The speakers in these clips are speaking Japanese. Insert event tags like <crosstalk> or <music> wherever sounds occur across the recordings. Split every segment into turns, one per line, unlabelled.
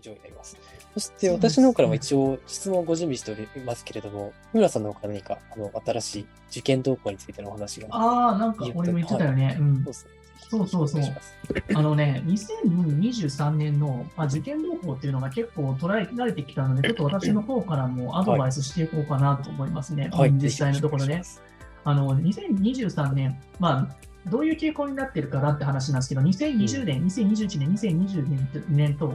上になります。そして私の方からも一応質問をご準備しておりますけれども、三村さんの方から何かあの新しい受験動向についてのお話が。
ああ、なんか俺も言ってたよね。う
そうんで。すね。
そうそうそ
お願
う
いします
あのね、2023年の、まあ、受験動向っていうのが結構捉えられてきたので、ちょっと私の方からもアドバイスしていこうかなと思いますね。
はい、
実際のところね。
ぜ
あの、2023年、まあ、どういう傾向になってるかなって話なんですけど、2020年、2021年、2020年と年と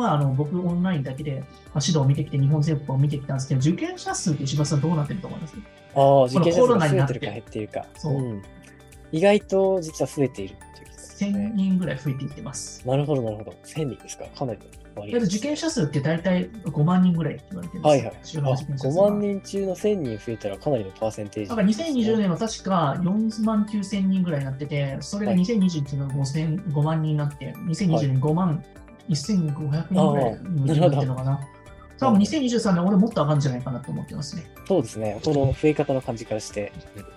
は、あの、僕オンラインだけで、まあ、指導を見てきて、日本全国を見てきたんですけど、受験者数って石橋さんどうなってると思います
よろしくお願いしますああ、受験者
コ
数
ロナ
が
に
増
な
え
って
てるか減っているか。
そう
うん意外と実は増えているということですね
?1000 人ぐらい増えていってます。
なるほど、なるほど。1000人ですかかなりの割
だ
合
い
で
たい
す
受験者数って大体5万人ぐらいって言われてるんです
はいはい。あ
中学受験者数
5
が
万人中の1000人増えたらかなりのパーセンテージ。
だから2020年は確か4万9000人ぐらいになってて、それが
はい
2021年の5000 5万人になって、2020年5万1500人ぐらいになってるのかな。多分2023年、俺もっと上がるんじゃないかなと思ってますね。
そうですね。この増え方の感じからして、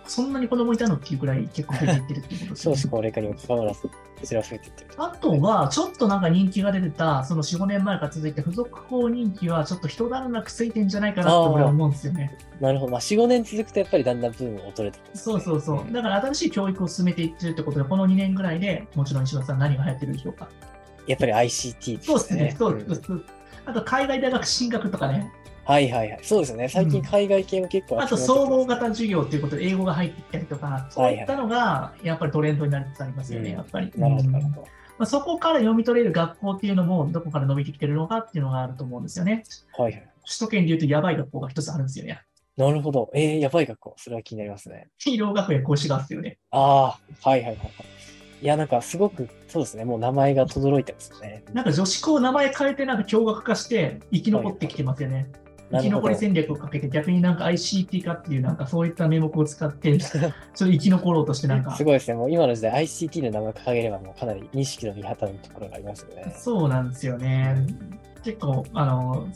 そんなに子供いたのっていうくらい結構増えていってるってことです
少
ね
子。高齢化にもかかわらず、こちら増えていってると。
あとは、ちょっとなんか人気が出てた、その4、5年前から続いて、付属校人気はちょっと人だらなくついてんじゃないかなと俺は思うんですよね。
なるほど。まあ、4、5年続くとやっぱりだんだんブームを劣れてくるんですね
そうそうそう。だから新しい教育を進めていってるってことで、この2年ぐらいでもちろん石橋さん何が流行ってるでしょうか。
やっぱり ICT ですね。
そうですね、そうで
うん
す。あと、海外大学進学とかね、
はいはいはい。そうですね。最近海外系も結構
あ
熱くなってきて
と
ます
総合型授業ということで、英語が入ってきたりとか、そういったのが、やっぱりトレンドになりつつありますよね、
うん
やっぱり。
なるほど、な
う
る
ん
ほ
ま
ど。
あ、そこから読み取れる学校っていうのも、どこから伸びてきてるのかっていうのがあると思うんですよね。
はいはい。
首都圏でいうと、やばい学校が一つあるんですよね。
なるほど。えー、やばい学校。それは気になりますね。
医療学園講師があるんですよね。
ああ、はいはいはいはい。いや、なんかすごく、そうですね。もう名前が轟いてますね。
なんか女子校名前変えて、なんか驚愕化して、生き残ってきてますよね。生
な
き
るほ
残
ど
り。戦略をかけて、逆になんか ICT 化っていう、なんかそういった名目を
<laughs>
使って、ちょっと生き残ろうとして、なんか
すごいですね。もう今の時代、ICT の名前を掲げれば、もうかなり認識の見旗のところがありますよね。
そうなんですよね。結構、あの、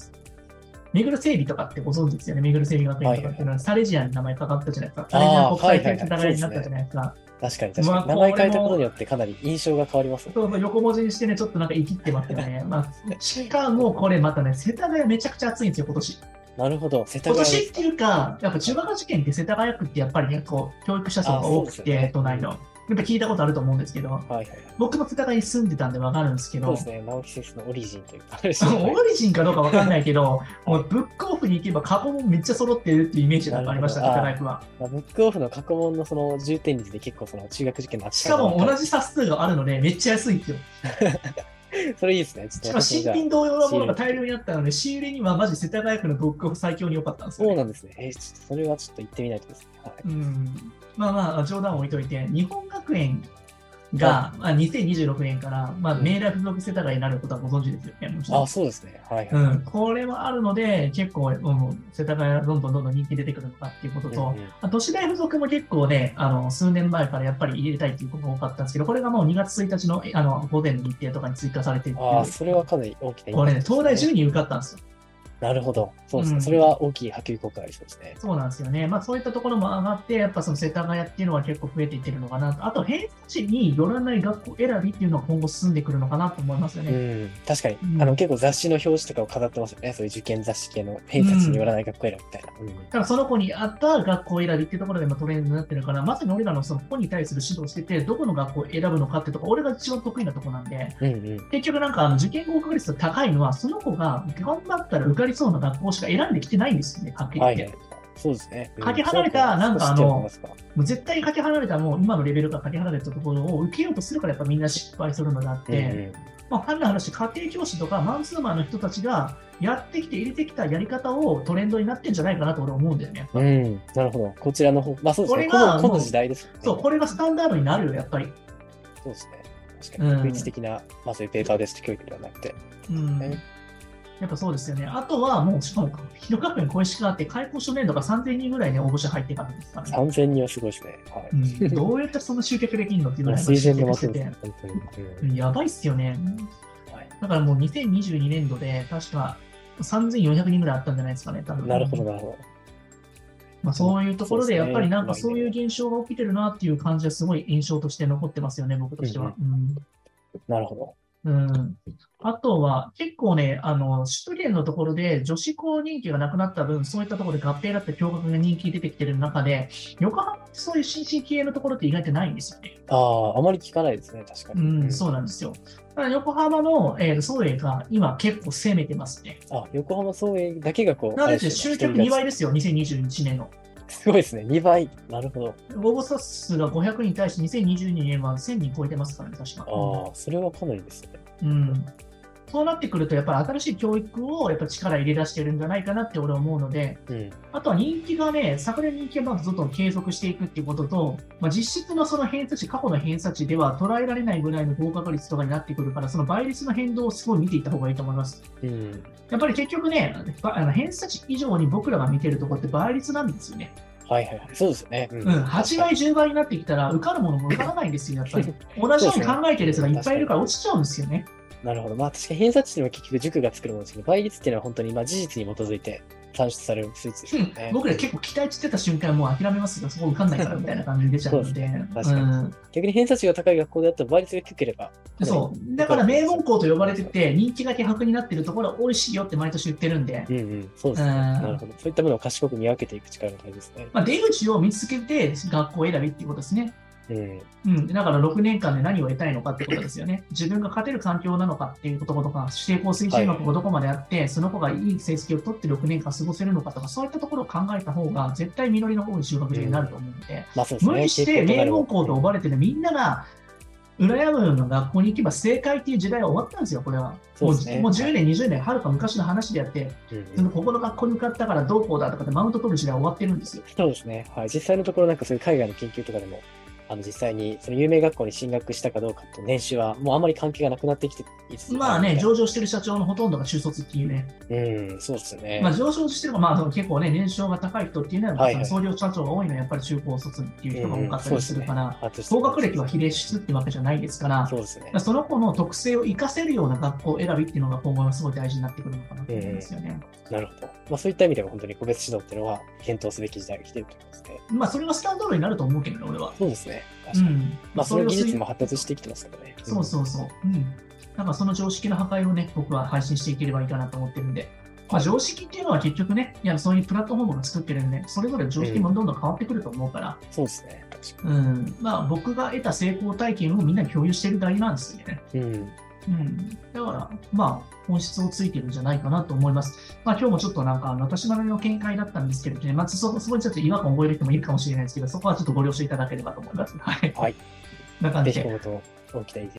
めぐる整備とかってご存知ですよね。めぐる整備学園とかっていうのは、サレジアンに名前かかったじゃないですか。サレジアン国際体育大学になったじゃないですか。
確かに確
ま
か
あ
に。名前
これ
変
も
えたことによってかなり印象が変わりますね。
そうそう横文字にしてね、ちょっとなんか生きってますよ
<laughs>
ね。まあ、しかもこれまたね、世田谷めちゃくちゃ暑いんですよ、
<laughs>
今年。
なるほど。世田
今
谷
年っていうか、やっぱ中学受験って世田谷区ってやっぱりね、こう、教育者層が多く
あそうです
て、
よね
都内の。やっぱ聞いたことあると思うんですけど、
はいはい。
僕も世田谷に住んでたんでわかるんですけ
そう
ど
で、すね。直木先生のオリジンというか。です
その
ね
オリジンかどうかわかんないけど、もうブックオフに行けば過去もめっちゃ揃ってるっていうイメージがありました、
なるほど
高ライフは。
まあブックオフの過去問のその重点率で結構その中学受験の
しかも同
扱
じ冊数があるので、めっちゃ安いんですよ。
いが。それいいですね。ち
し
ょっと私
かも
も
新
じゃあ
品同様なものが大量にあったので、仕入れにはマジ世田谷区のブックオフ最強に良かったんです
そ
よ、
う
ね。
なんですね。えーちょっとそれはちょっと行ってみないとですね。はい
うん。まあまあ、冗談を置いといて、日本学園が、まあ、2026年から、まあ、
うん
明楽付属世田谷になることはご存知ですよね。もちろん
あ、そうですね。はいは
う
い。
ん、これはあるので、結構、うん、世田谷どんどんどんどん人気出てくるのかっていうことと、
うんうん
まあ都市大附属も結構ね、あの数年前からやっぱり入れたいっていうことが多かったんですけど、これがもう2月1日のあの午前の日程とかに追加されてるっていう
ああ、それはかなり大きなイン
こ
パ
れ
ク
ね、
ト
東大
ですね
10人受かったんですよ。
なるほど。そうです
うん
ね。それは大きい波及効果がありそうですね。
そうなんですよね。まあそういったところも上がって、やっぱその世田谷っていうのは結構増えていってるのかなと。あと、偏差値によらない学校選びっていうのは今後進んでくるのかなと思いますよ
う
ね。
ん、確かに、
うん
あの結構雑誌の表紙とかを飾ってますよね、そういう受験雑誌系の偏差値によらない学校選びみたいな。うん
だからその子に合った学校選びっていうところで今トレンドになってるから、まさに俺らのその子に対する指導してて、どこの学校を選ぶのかってとこ、俺が一番得意なとこなんで、
うんうん、
結局なんかあの受験合格率が高いのは、その子が頑張ったら受かりそうな学校しか選んできてないんですよね、はっきり
は
言っ
い
て。
はい。そうですね。うん
かけ離れたなんかあの
そう思いますか
もう絶対かけ離れた、もう今のレベルからかけ離れたところを受けようとするから、やっぱみんな失敗するのであっ
うんう
て、
ん、
まあ、変な話、家庭教師とかマンツーマンの人たちがやってきて、入れてきたやり方をトレンドになってんじゃないかなと俺思うんだよね。
うん、なるほど。こちらの方、まあそうですね。
これが
この
も
こ
う
の時代ですよね。
そう、これがスタンダードになるよ、やっぱり。
そうですね。確かに、
うん
確率的な、まあそういうペーパーベスト教育ではなくて。
うん
ね
やっぱそうですよね。あとは、もう、しかも、広学園小石川って、開校初年度が3000人ぐらいね、応募者入ってたんですからね。
3000人はすごいですね。はい。
う
<laughs>
んどうやってそんな集客できるのっていうぐ
もう
らい
推薦で
集
も
客
らって
し
るん
て
です
て
ね、本当に。
う
うん
んやばいっすよね。
はい
だからもう2022年度で、確か3400人ぐらいあったんじゃないですかね、多分
なるほど、なるほど。
まあ、そういうところで、
そう
や
ですね
っぱりなんかそういう現象が起きてるなっていう感じは、すごい印象として残ってますよね、僕としては。うん
なるほど。
うん。あとは、結構ね、あの、首都圏のところで女子校人気がなくなった分、そういったところで合併だって共学が人気出てきてる中で、横浜ってそういう新進気鋭のところって意外とないんですよね。
ああ、あまり聞かないですね、確か
う
に。
ん、そうなんですよ。だから横浜の、えー、総営が今結構攻めてますね。
あ、横浜総営だけがこう、
なの
あ
で、
る種
集客2
一
倍
人勝
ですよ、2021年の。
ちすごいですね、2倍。なるほど。
応募者数が500人に対して2022年は1000人超えてますからね、確か。
ああ、それはかなりですね。
うん、そうなってくると、やっぱり新しい教育をやっぱ力入れ出してるんじゃないかなって俺は思うので、
うん。
あとは人気がね、昨年人気がまずどんどん継続していくっていうことと、まあ、実質のその偏差値、過去の偏差値では捉えられないぐらいの合格率とかになってくるから、その倍率の変動をすごい見ていった方がいいと思います。
うん。
やっぱり結局ね、ばあの偏差値以上に僕らが見てるところって倍率なんですよね。
はいはいはい。そうですよね。うん
うん、8倍、10倍になってきたら、受かるものも受からないんですよ、やっぱり。同じように考えてるやつがいっぱいいるから落ちちゃうんですよね。
なるほど。まあ確かに偏差値では結局塾が作るものですけど、倍率っていうのは本当にまあ事実に基づいて算出される数値ですよね。
僕ら結構期待してた瞬間、もう諦めますよ、そこ受かんないからみたいな感じに出ちゃうので。
そうですね確か逆に偏差値が高い学校であったら倍率が低ければ。
うん、そうだから名門校と呼ばれてて、人気が希薄になってるところは美味しいよって毎年言ってるんで、
うんうん。そうですね。なるほど。そういったものを賢く見分けていく力が大事ですね。
まあ、出口を見つけて学校選びっていうことですね。
うん。
うん、だから6年間で何を得たいのかってことですよね。自分が勝てる環境なのかっていうこととか、指定校推進学がどこまであって、その子がいい成績を取って6年間過ごせるのかとか、そういったところを考えた方が、絶対実りの方に修学生になると思うので、
まあそうですね。
無理して名門校と呼ばれてるみんなが、羨むような学校に行けば正解っていう時代は終わったんですよ、これは。
そうですね
もうもう10年、20年、はるか昔の話であって、
うんうん
そのここの学校に受かったからどうこうだとかでマウント取る時代は終わってるんですよ。
そうですね。はい。実際のところなんかそういう海外の研究とかでも、あの実際にその有名学校に進学したかどうかと年収はもうあまり関係がなくなってきていつつ
まあね、上場してる社長のほとんどが就卒っていうね。
うん、そうですよね。
まあ、上昇してるのが、まあ、その結構ね、年商が高い人っていうのは、
はいはい
その総領社長が多いのは、やっぱり中高卒っていう人が多かったりするから、
あと
総学歴は比例質ってわけじゃないですから、だか
そうですね
ら。その子の特性を生かせるような学校選びっていうのが今後はすごい大事になってくるのかなと思うんですよね。
なるほど。まあそういった意味でも本当に個別指導っていうのは検討すべき時代が来てるということですね。
まあ、それがスタンダードになると思うけどね、俺は。
そうですね。
う
確かに。
ん。
まあその技術も
そ
発達してきてますからね。
れをすそうそうそう。うん。だからその常識の破壊をね、僕は配信していければいいかなと思ってるんで。まあ、常識っていうのは結局ね、いやそういうプラットフォームが作ってるんで、それぞれ常識もどんどん変わってくると思うから、
うん。そうですね。確か
うん、まあ僕が得た成功体験をみんなに共有してるだけなんですよね。
に。うん。
うん、だから、まあ、本質をついてるんじゃないかなと思います。まあ、今日もちょっとなんか、あの私なりの見解だったんですけどね、まあ、そそこにちょっと違和感を覚える人もい <laughs> るかもしれないですけど、そこはちょっとご了承いただければと思います。はい。
はい。
こんな感
ぜ
じ
ひ
で。
今後ともご期待